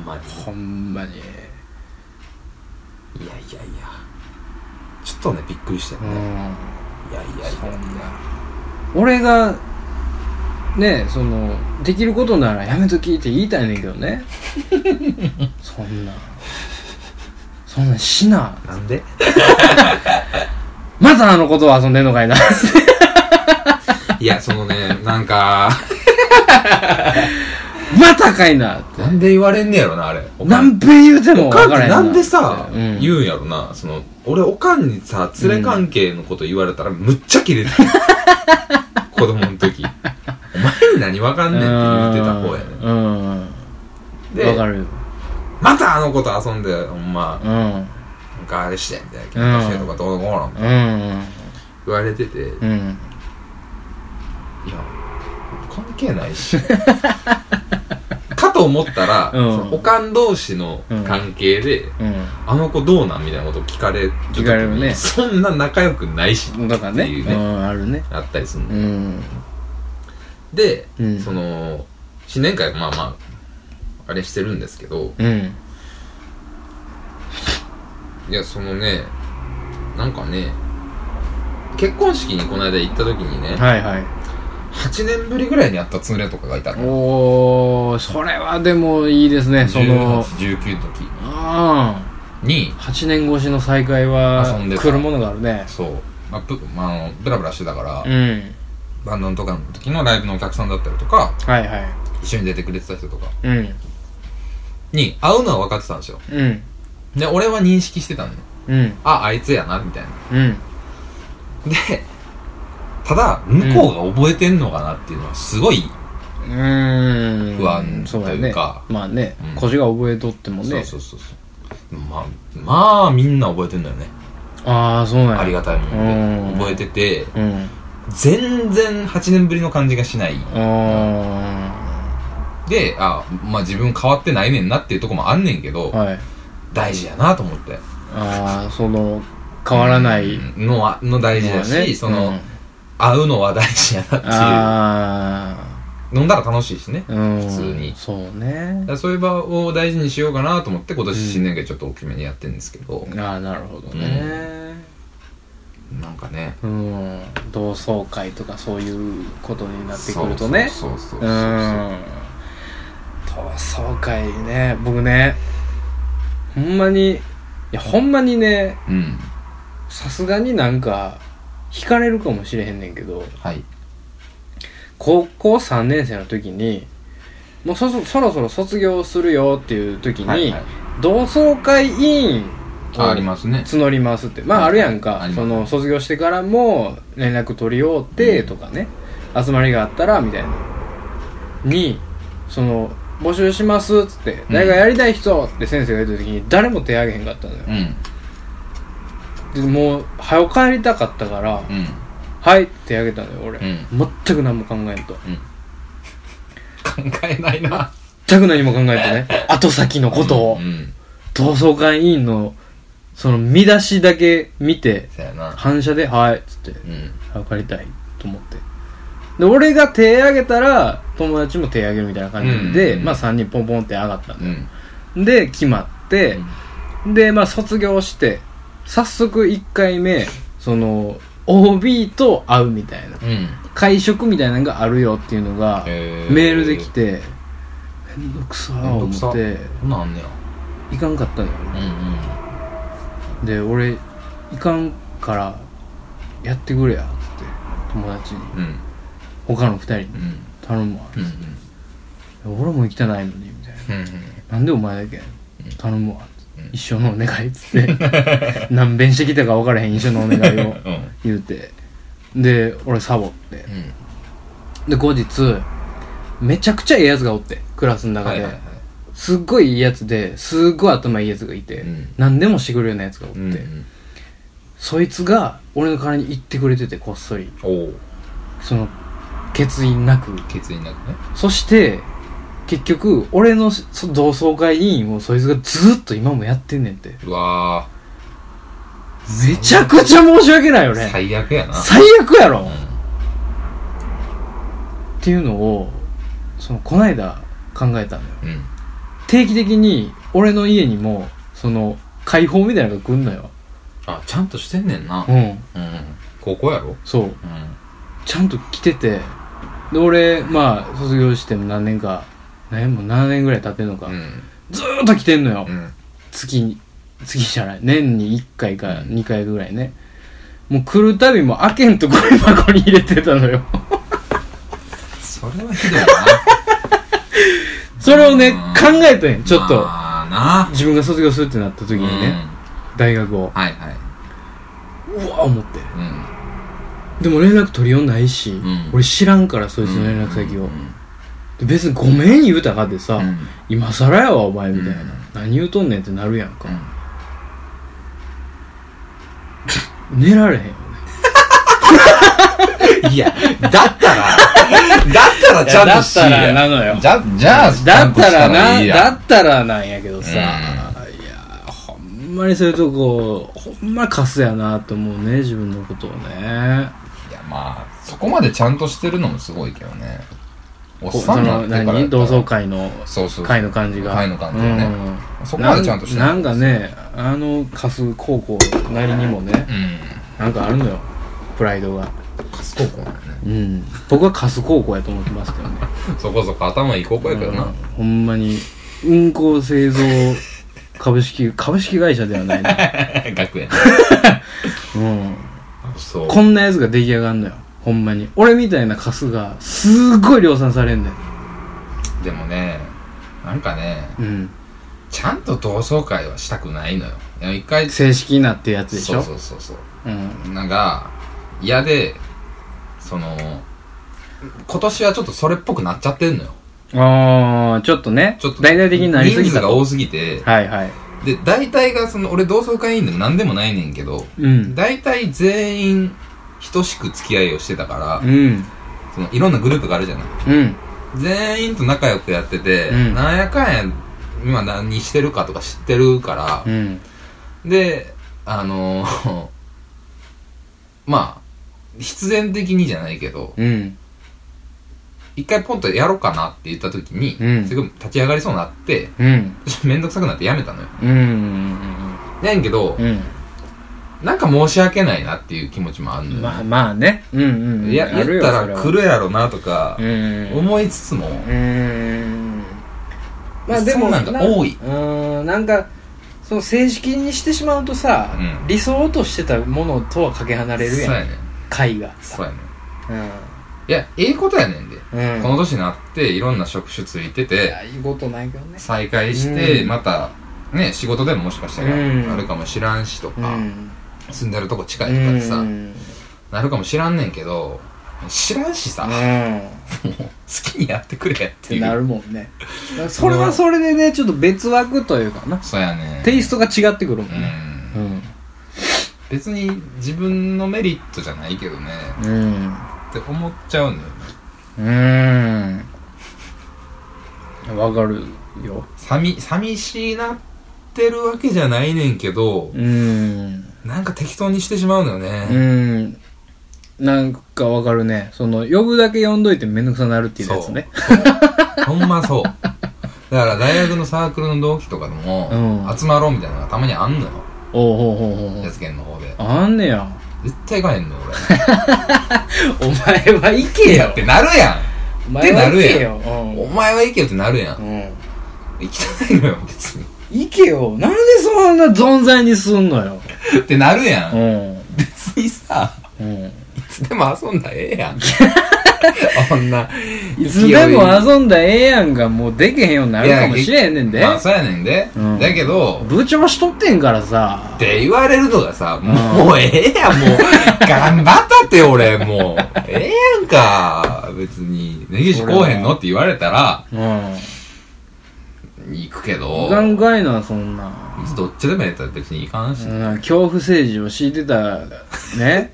[SPEAKER 1] まに。
[SPEAKER 2] ほんまに
[SPEAKER 1] いやいやいや。ちょっとね、びっくりしたよ
[SPEAKER 2] う
[SPEAKER 1] ね。
[SPEAKER 2] ん
[SPEAKER 1] いやいやい
[SPEAKER 2] そ
[SPEAKER 1] や
[SPEAKER 2] ん
[SPEAKER 1] いや。
[SPEAKER 2] 俺がねそのできることならやめときって言いたいねんけど ねそんなそんなしな
[SPEAKER 1] なんで
[SPEAKER 2] またあのことを遊んでんのかいな
[SPEAKER 1] いや、そのね、なんか、
[SPEAKER 2] またかいな
[SPEAKER 1] なんで言われんねやろな、あれ。おかん
[SPEAKER 2] 何べん言うても
[SPEAKER 1] おかん
[SPEAKER 2] 分
[SPEAKER 1] っ
[SPEAKER 2] からへ
[SPEAKER 1] て
[SPEAKER 2] んな
[SPEAKER 1] なんでさ、
[SPEAKER 2] うん
[SPEAKER 1] 言うんやろな。その、俺、おかんにさ、連れ関係のこと言われたら、むっちゃキ レてる。子供の時。お前に何わかんねんって言ってた方やね。
[SPEAKER 2] うん分か
[SPEAKER 1] で、
[SPEAKER 2] るよ
[SPEAKER 1] またあの子と遊んで、ほんま、
[SPEAKER 2] うん
[SPEAKER 1] なんかあれして、みたいな。喧嘩してとか、どうのこうの、
[SPEAKER 2] うん
[SPEAKER 1] 言われてて、いや、
[SPEAKER 2] うん
[SPEAKER 1] 関係ない し。かと思ったら、
[SPEAKER 2] う
[SPEAKER 1] そ
[SPEAKER 2] ん
[SPEAKER 1] のおかん同士の関係で、
[SPEAKER 2] う
[SPEAKER 1] あの子どうなんみたいなことを聞かれる時に
[SPEAKER 2] 聞かれるね
[SPEAKER 1] そんな仲良くないし、
[SPEAKER 2] んだからね
[SPEAKER 1] っていうね
[SPEAKER 2] うんあるね
[SPEAKER 1] あったりする
[SPEAKER 2] う
[SPEAKER 1] の。
[SPEAKER 2] ん
[SPEAKER 1] で、
[SPEAKER 2] うん
[SPEAKER 1] その、新年会、まあまあ、あれしてるんですけど、
[SPEAKER 2] うん
[SPEAKER 1] いや、そのね、なんかね、結婚式にこの間行った時にね、
[SPEAKER 2] はいはい
[SPEAKER 1] 8年ぶりぐらいに会ったつれとかがいたの。
[SPEAKER 2] おーそれはでもいいですねその
[SPEAKER 1] 18、19の時
[SPEAKER 2] あ
[SPEAKER 1] に、
[SPEAKER 2] 8年越しの再会
[SPEAKER 1] 遊
[SPEAKER 2] は
[SPEAKER 1] んでた
[SPEAKER 2] 来るものがあるね
[SPEAKER 1] そう、まあ、ぶまああの、ブラブラしてたから、
[SPEAKER 2] うん
[SPEAKER 1] バンドのとかの時のライブのお客さんだったりとか、
[SPEAKER 2] はいはい
[SPEAKER 1] 一緒に出てくれてた人とか
[SPEAKER 2] うん
[SPEAKER 1] に会うのは分かってたんですよ。
[SPEAKER 2] うん
[SPEAKER 1] で、俺は認識してたのよ。
[SPEAKER 2] うん
[SPEAKER 1] あ、あいつやな、みたいな。
[SPEAKER 2] うん
[SPEAKER 1] で、ただ、向こうが覚えてんのかなっていうのはすごい、
[SPEAKER 2] うーん
[SPEAKER 1] 不安
[SPEAKER 2] そうだ
[SPEAKER 1] とい
[SPEAKER 2] ね
[SPEAKER 1] うか
[SPEAKER 2] まあね
[SPEAKER 1] うん
[SPEAKER 2] 腰が覚えとっても
[SPEAKER 1] そう
[SPEAKER 2] ね
[SPEAKER 1] そうそうそう。まあ、まあ、みんな覚えてんだよね。
[SPEAKER 2] ああそうなんや
[SPEAKER 1] ありがたいもんで。
[SPEAKER 2] うん
[SPEAKER 1] 覚えてて、
[SPEAKER 2] うん
[SPEAKER 1] 全然8年ぶりの感じがしない。
[SPEAKER 2] あ
[SPEAKER 1] で、あ、まあ自分変わってないねんなっていうとこもあんねんけど、
[SPEAKER 2] ーはい
[SPEAKER 1] 大事やなと思って。
[SPEAKER 2] ああその変わらない
[SPEAKER 1] うんのは、の大事だし、その、
[SPEAKER 2] うん
[SPEAKER 1] 会うのは大事やなっ
[SPEAKER 2] あ
[SPEAKER 1] ていう。飲んだら楽しいしね。
[SPEAKER 2] あうん
[SPEAKER 1] 普通に
[SPEAKER 2] そう
[SPEAKER 1] だ
[SPEAKER 2] ね
[SPEAKER 1] からそういう場を大事にしようかなと思って、今年新年会ちょっと大きめにやってるんですけど、
[SPEAKER 2] ああなるほどね
[SPEAKER 1] なんかね、
[SPEAKER 2] うん同窓会とかそういうことになってくるとね
[SPEAKER 1] そうそうそうそう
[SPEAKER 2] う
[SPEAKER 1] そ
[SPEAKER 2] ん同窓会ね僕ねほんまにいやほんまにね
[SPEAKER 1] う。うん。
[SPEAKER 2] さすがになんか惹かれるかもしれへんねんけど
[SPEAKER 1] はい。
[SPEAKER 2] 高校3年生の時にもうそそそろそろ卒業するよっていう時に、
[SPEAKER 1] はいはい
[SPEAKER 2] 同窓会委員
[SPEAKER 1] あありますね。
[SPEAKER 2] 募りますってまあ
[SPEAKER 1] はい
[SPEAKER 2] あるやんか、
[SPEAKER 1] あります
[SPEAKER 2] その卒業してからも連絡取り合うて
[SPEAKER 1] うん
[SPEAKER 2] とかね、集まりがあったらみたいなにその募集しますっつって、誰がやりたい人って先生が言った時に誰も手挙げへんかったのよ
[SPEAKER 1] う、ん。
[SPEAKER 2] でもう早く帰りたかったか
[SPEAKER 1] う
[SPEAKER 2] ら、
[SPEAKER 1] ん。
[SPEAKER 2] はい手挙げたのよ俺、
[SPEAKER 1] うん
[SPEAKER 2] 全く何も考えんと
[SPEAKER 1] 考えないな。
[SPEAKER 2] 全く何も考えて ね後先のことを、
[SPEAKER 1] うん。
[SPEAKER 2] 同窓会委員のその見出しだけ見て
[SPEAKER 1] そやな。
[SPEAKER 2] 反射で「はい」っつって
[SPEAKER 1] うん。
[SPEAKER 2] 分かりたいと思ってで俺が手挙げたら友達も手挙げるみたいな感じで、
[SPEAKER 1] うんうん
[SPEAKER 2] まあ3人ポンポンって上がった
[SPEAKER 1] うんん。
[SPEAKER 2] で決まって、でまあ卒業して早速1回目その OB と会うみたいな
[SPEAKER 1] うん
[SPEAKER 2] 会食みたいなのがあるよっていうのが
[SPEAKER 1] へー
[SPEAKER 2] メールで来てめんどくさー
[SPEAKER 1] めんどくさ
[SPEAKER 2] 思って
[SPEAKER 1] こんなんあんねや
[SPEAKER 2] 行かんかったのよ
[SPEAKER 1] うんうん
[SPEAKER 2] で俺行かんからやってくれやっつって友達に
[SPEAKER 1] うん
[SPEAKER 2] 他の二人に
[SPEAKER 1] うん
[SPEAKER 2] 頼むわ
[SPEAKER 1] うん
[SPEAKER 2] 俺も行きたないのにみたいな
[SPEAKER 1] うんうん
[SPEAKER 2] なんでお前だけ
[SPEAKER 1] ん
[SPEAKER 2] 頼むわ
[SPEAKER 1] うん
[SPEAKER 2] 一生のお願いっつっ て何遍してきたか分からへん一生のお願いを
[SPEAKER 1] うんうん
[SPEAKER 2] 言うてで俺サボってで後日めちゃくちゃええやつがおってクラスの
[SPEAKER 1] うん
[SPEAKER 2] 中
[SPEAKER 1] はい
[SPEAKER 2] で、
[SPEAKER 1] はいはい
[SPEAKER 2] すっごいいいやつですっごい頭いいやつがいて、
[SPEAKER 1] うん
[SPEAKER 2] 何でもしてくれるようなやつがおって、
[SPEAKER 1] うんうん
[SPEAKER 2] そいつが俺の代わりに言ってくれててこっそり
[SPEAKER 1] おお
[SPEAKER 2] その決意なく
[SPEAKER 1] 決意なくね
[SPEAKER 2] そして結局俺のそ同窓会委員をそいつがずっと今もやってんねんって
[SPEAKER 1] うわ
[SPEAKER 2] めちゃくちゃ申し訳ないよ
[SPEAKER 1] ー
[SPEAKER 2] ね
[SPEAKER 1] 最悪やな
[SPEAKER 2] 最悪やろ、
[SPEAKER 1] うん
[SPEAKER 2] っていうのをそのこないだ考えたのよ
[SPEAKER 1] うん
[SPEAKER 2] 定期的に俺の家にもその解放みたいなのが来んのよ
[SPEAKER 1] あちゃんとしてんねんな
[SPEAKER 2] うん
[SPEAKER 1] うん高校やろ
[SPEAKER 2] そう
[SPEAKER 1] うん
[SPEAKER 2] ちゃんと来ててで俺まあ卒業しても何年か何年も7年ぐらい経ってんのか、
[SPEAKER 1] うん
[SPEAKER 2] ずーっと来てんのよ、
[SPEAKER 1] うん
[SPEAKER 2] 月に月じゃない年に1回か2回ぐらいねもう来るたびもう開けんとゴミ箱に入れてたの よ
[SPEAKER 1] それはひどいな
[SPEAKER 2] それをね
[SPEAKER 1] うん
[SPEAKER 2] 考えたん やちょっと
[SPEAKER 1] まあな
[SPEAKER 2] 自分が卒業するってなった時に
[SPEAKER 1] うん
[SPEAKER 2] ね、大学を
[SPEAKER 1] はいはいう
[SPEAKER 2] わ思って
[SPEAKER 1] うん
[SPEAKER 2] でも連絡取りようないし、
[SPEAKER 1] ん
[SPEAKER 2] 俺知らんからそいつの連絡先を、で別にごめん言うたかでさ、
[SPEAKER 1] うん
[SPEAKER 2] 今更やわお前みたいな、
[SPEAKER 1] うん
[SPEAKER 2] 何言うとんねんってなるやんか
[SPEAKER 1] う、ん
[SPEAKER 2] 寝られへんよね
[SPEAKER 1] いや、だ ったら、だったらちゃんとし
[SPEAKER 2] いやだったらなのよ
[SPEAKER 1] じゃ、じゃあ、ちゃ
[SPEAKER 2] だ
[SPEAKER 1] ん
[SPEAKER 2] っ
[SPEAKER 1] と
[SPEAKER 2] た
[SPEAKER 1] し
[SPEAKER 2] ら
[SPEAKER 1] ら
[SPEAKER 2] ない
[SPEAKER 1] い
[SPEAKER 2] だ
[SPEAKER 1] やん
[SPEAKER 2] ったらなんやけどさ、
[SPEAKER 1] うん
[SPEAKER 2] いやほんまにそういうとこほんまカスやなと思うね自分のことをね
[SPEAKER 1] いや、まあ、そこまでちゃんとしてるのもすごいけどね。おっさ
[SPEAKER 2] そ
[SPEAKER 1] んなっ
[SPEAKER 2] の
[SPEAKER 1] てからや
[SPEAKER 2] 何
[SPEAKER 1] ったら
[SPEAKER 2] 同窓会の
[SPEAKER 1] そうそう。
[SPEAKER 2] 会の感じが
[SPEAKER 1] 会の感じがね
[SPEAKER 2] うん
[SPEAKER 1] そこまでちゃんとして
[SPEAKER 2] な
[SPEAKER 1] る
[SPEAKER 2] んなんかねあのカス高校なりにもね
[SPEAKER 1] うん。
[SPEAKER 2] なんかあるのよプライドが
[SPEAKER 1] カス高校なんだね。
[SPEAKER 2] うん僕はカス高校やと思ってますけどね
[SPEAKER 1] そこそこ頭いい高校やけど
[SPEAKER 2] うん
[SPEAKER 1] な。
[SPEAKER 2] ほんまに運行製造株式 株式会社ではない ね
[SPEAKER 1] 学園。
[SPEAKER 2] うん
[SPEAKER 1] そう。
[SPEAKER 2] こんなやつが出来上がんのよほんまに俺みたいなカスがすごい量産されんねん
[SPEAKER 1] でもね、なんかね、
[SPEAKER 2] うん
[SPEAKER 1] ちゃんと同窓会はしたくないのよ。いや一回、そ
[SPEAKER 2] 正式なってやつ
[SPEAKER 1] う
[SPEAKER 2] でしょ
[SPEAKER 1] そうそうそう。
[SPEAKER 2] うん
[SPEAKER 1] なんか嫌でその今年はちょっとそれっぽくなっちゃってんのよ
[SPEAKER 2] ああちょっとね
[SPEAKER 1] ちょっと
[SPEAKER 2] 大々的になりすぎ
[SPEAKER 1] 人数
[SPEAKER 2] た
[SPEAKER 1] が
[SPEAKER 2] と
[SPEAKER 1] 多すぎて
[SPEAKER 2] はいはい
[SPEAKER 1] で大体がその俺同窓会委員でも何でもないねんけど
[SPEAKER 2] うん
[SPEAKER 1] 大体全員等しく付き合いをしてたから、
[SPEAKER 2] うん
[SPEAKER 1] そのいろんなグループがあるじゃない
[SPEAKER 2] うん
[SPEAKER 1] 全員と仲良くやってて、
[SPEAKER 2] うん
[SPEAKER 1] なんやかんや今何してるかとか知ってるから
[SPEAKER 2] う、ん
[SPEAKER 1] であの まあ必然的にじゃないけど、
[SPEAKER 2] うん
[SPEAKER 1] 一回ポンとやろうかなって言った時に、
[SPEAKER 2] うん
[SPEAKER 1] すごい立ち上がりそうになって、
[SPEAKER 2] うん
[SPEAKER 1] めんどくさくなってやめたのよ。
[SPEAKER 2] うんうん
[SPEAKER 1] やんけど
[SPEAKER 2] う、ん
[SPEAKER 1] なんか申し訳ないなっていう気持ちもあるのよ。
[SPEAKER 2] まあまあねうんうんうん
[SPEAKER 1] いや、
[SPEAKER 2] あ
[SPEAKER 1] 言っ
[SPEAKER 2] るよ
[SPEAKER 1] た
[SPEAKER 2] それ
[SPEAKER 1] ら
[SPEAKER 2] は
[SPEAKER 1] 来るやろなとか
[SPEAKER 2] う、ん
[SPEAKER 1] 思いつつも、
[SPEAKER 2] うーんまあで
[SPEAKER 1] そ
[SPEAKER 2] も
[SPEAKER 1] んなんが多いう
[SPEAKER 2] ーんなんかその正式にしてしまうとさ、
[SPEAKER 1] うん
[SPEAKER 2] 理想としてたものとはかけ離れるや
[SPEAKER 1] そうや
[SPEAKER 2] ん
[SPEAKER 1] ねん。
[SPEAKER 2] 会が
[SPEAKER 1] そうやねん。
[SPEAKER 2] う
[SPEAKER 1] いや、ええことやねんで。
[SPEAKER 2] ん、うん、
[SPEAKER 1] この年になって、いろんな職種ついて
[SPEAKER 2] い
[SPEAKER 1] て
[SPEAKER 2] や、いいことないけどね
[SPEAKER 1] 再開して、
[SPEAKER 2] うん
[SPEAKER 1] また、ね、仕事でももしかした
[SPEAKER 2] うん
[SPEAKER 1] ら、あるかもしらんしとか、住んでるとこ近いとかで
[SPEAKER 2] う
[SPEAKER 1] さ、
[SPEAKER 2] ん
[SPEAKER 1] なるかもしらんねんけど、知らんしさ、
[SPEAKER 2] うんっ
[SPEAKER 1] もう好きにやってくれって
[SPEAKER 2] て
[SPEAKER 1] いう
[SPEAKER 2] なるもん ねだからそれはそれでねちょっと別枠というかな
[SPEAKER 1] そうやね
[SPEAKER 2] テイストが違ってくるもん
[SPEAKER 1] う
[SPEAKER 2] ね
[SPEAKER 1] ん
[SPEAKER 2] うん
[SPEAKER 1] 別に自分のメリットじゃないけどね
[SPEAKER 2] うん
[SPEAKER 1] って思っちゃうんだよね
[SPEAKER 2] うんわかるよ
[SPEAKER 1] 寂寂しいなってるわけじゃないねんけど
[SPEAKER 2] うん
[SPEAKER 1] なんか適当にしてしまうのよ
[SPEAKER 2] う
[SPEAKER 1] ね、
[SPEAKER 2] ん。なんかわかるね。その、呼ぶだけ呼んどいてめんどくさなるっていうやつね。
[SPEAKER 1] ほんまそうだから大学のサークルの同期とかでも、
[SPEAKER 2] うん
[SPEAKER 1] 集まろうみたいなのがたまにあんのよ
[SPEAKER 2] おうほうほうほうほ
[SPEAKER 1] や
[SPEAKER 2] う。
[SPEAKER 1] つけんの方で
[SPEAKER 2] あんねや。
[SPEAKER 1] 絶対行かへんのよ俺
[SPEAKER 2] お前は行け
[SPEAKER 1] いや
[SPEAKER 2] よ
[SPEAKER 1] ってなるやん
[SPEAKER 2] お前
[SPEAKER 1] っ
[SPEAKER 2] は行
[SPEAKER 1] てな
[SPEAKER 2] け
[SPEAKER 1] るや
[SPEAKER 2] よ
[SPEAKER 1] お前は行けよってなるや
[SPEAKER 2] うんんうん
[SPEAKER 1] 行きたいのよ別に
[SPEAKER 2] 行けよなんでそんな存在にすんのよ
[SPEAKER 1] ってなるや
[SPEAKER 2] うんん
[SPEAKER 1] 別にさ
[SPEAKER 2] うん
[SPEAKER 1] いつでも遊んだらええ やんこんない
[SPEAKER 2] つでも遊んだらええやんがもうでけへんようになるかもしれへんねんで
[SPEAKER 1] まあそうやねんで、
[SPEAKER 2] うん
[SPEAKER 1] だけど
[SPEAKER 2] 部長しとってんからさ
[SPEAKER 1] って言われるのがさ、もうええやん、もう。頑張ったって俺、 もう。ええやんか。別に、根岸こうへんのって言われたら、
[SPEAKER 2] うん
[SPEAKER 1] 行くけど、
[SPEAKER 2] 考かいなそんな
[SPEAKER 1] どっちでもやったら別に行かんし。
[SPEAKER 2] うん恐怖政治を敷いてたね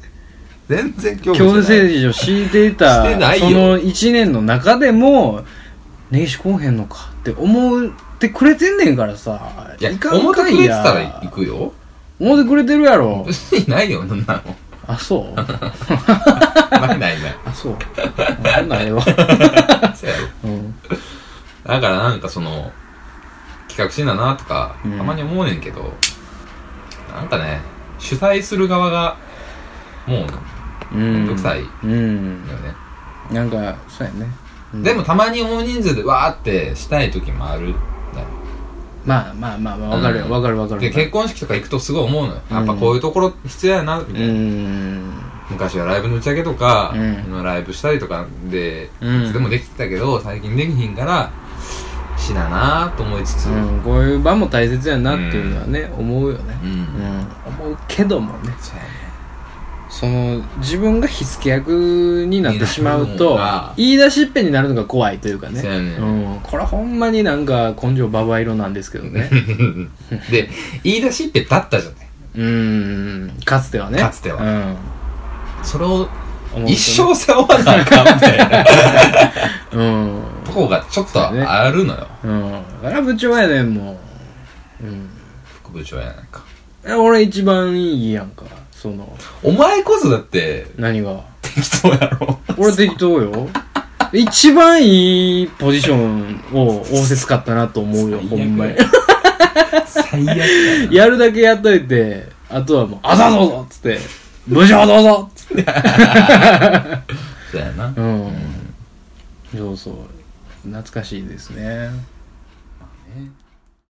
[SPEAKER 1] 全然興味
[SPEAKER 2] 恐怖
[SPEAKER 1] してない
[SPEAKER 2] 政治を敷いていた
[SPEAKER 1] してないよ
[SPEAKER 2] その1年の中でも根岸こうへんのかって思ってくれてんねんからさ
[SPEAKER 1] いや、
[SPEAKER 2] かん
[SPEAKER 1] 思って
[SPEAKER 2] か
[SPEAKER 1] く
[SPEAKER 2] い
[SPEAKER 1] れてたら行くよ。
[SPEAKER 2] 思ってくれてるやろ
[SPEAKER 1] 別にないよ、そん なの。
[SPEAKER 2] あそ う
[SPEAKER 1] ないないない。
[SPEAKER 2] あ そうあんなんええわ
[SPEAKER 1] そうやろ
[SPEAKER 2] うん
[SPEAKER 1] だからなんかその、企画しんだなとか、た
[SPEAKER 2] うん
[SPEAKER 1] まに思うねんけど、なんかね、主催する側が、もう、
[SPEAKER 2] う
[SPEAKER 1] め
[SPEAKER 2] ん
[SPEAKER 1] んどくさいよ
[SPEAKER 2] うん
[SPEAKER 1] ね。
[SPEAKER 2] なんかそうやね、うん
[SPEAKER 1] でもたまに大人数でわーってしたい時もあるんだよ
[SPEAKER 2] まあまあまあまあわかるよ
[SPEAKER 1] うん
[SPEAKER 2] わかるわかる
[SPEAKER 1] で結婚式とか行くとすごい思うのよ
[SPEAKER 2] うん
[SPEAKER 1] やっぱこういうところ必要やなみたいうな、
[SPEAKER 2] ん
[SPEAKER 1] 昔はライブの打ち上げとか、
[SPEAKER 2] うん
[SPEAKER 1] のライブしたりとかでい
[SPEAKER 2] うん
[SPEAKER 1] つでもできてたけど、最近できひんから死だなと思いつつ、
[SPEAKER 2] うん、こういう場も大切やなっていうのはね、思うよね、
[SPEAKER 1] うん
[SPEAKER 2] 思うけどもね
[SPEAKER 1] そうやね
[SPEAKER 2] その自分が火付け役になってしま
[SPEAKER 1] にな
[SPEAKER 2] うと
[SPEAKER 1] るのが
[SPEAKER 2] 言い出しっぺになるのが怖いというかね
[SPEAKER 1] そうやね
[SPEAKER 2] ん、これほんまになんか根性ババ色なんですけどね
[SPEAKER 1] で言い出しっぺだったじゃない
[SPEAKER 2] うんかつてはね
[SPEAKER 1] かつてはそれを
[SPEAKER 2] うん、
[SPEAKER 1] 一生背負わなあかんみたいな
[SPEAKER 2] うん、
[SPEAKER 1] とこがちょっとあるの よ、
[SPEAKER 2] うん、あら部長やねんもう、うん
[SPEAKER 1] 副部長やなんか
[SPEAKER 2] え、俺一番いいやんかその
[SPEAKER 1] お前こそだって
[SPEAKER 2] 何が
[SPEAKER 1] 適当やろ
[SPEAKER 2] 俺適当よ一番いいポジションを仰せ使ったなと思うよほんまに
[SPEAKER 1] 最悪やな
[SPEAKER 2] やるだけやっといてあとはもう「あざどうぞ!」っつって「無情どうぞ!」っつって
[SPEAKER 1] そうやな、
[SPEAKER 2] うんそうそう懐かしいですね
[SPEAKER 1] ね